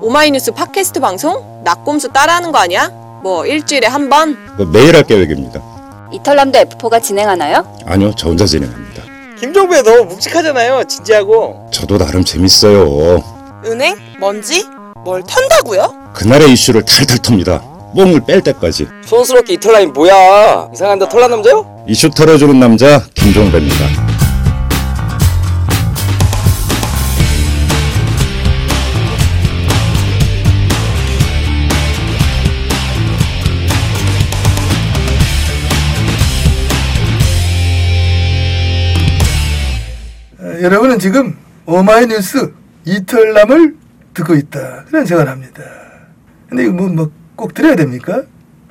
오마이뉴스 팟캐스트 방송? 낙꼼수 따라하는 거 아니야? 뭐 일주일에 한 번? 그거 매일 할 계획입니다. 이탈남도 F4가 진행하나요? 아니요, 저 혼자 진행합니다. 김종배 너무 묵직하잖아요 진지하고 저도 나름 재밌어요. 은행? 먼지? 뭘 턴다고요? 그날의 이슈를 탈탈 톱니다. 몸을 뺄 때까지. 촌스럽게 이털 라인 뭐야 이상한데 털난 남자요? 이슈 털어주는 남자 김종배입니다. 어, 여러분은 지금 오마이뉴스 이털남을 듣고 있다. 그런 생각을 합니다. 근데 이거 뭐, 뭐, 꼭 들어야 됩니까?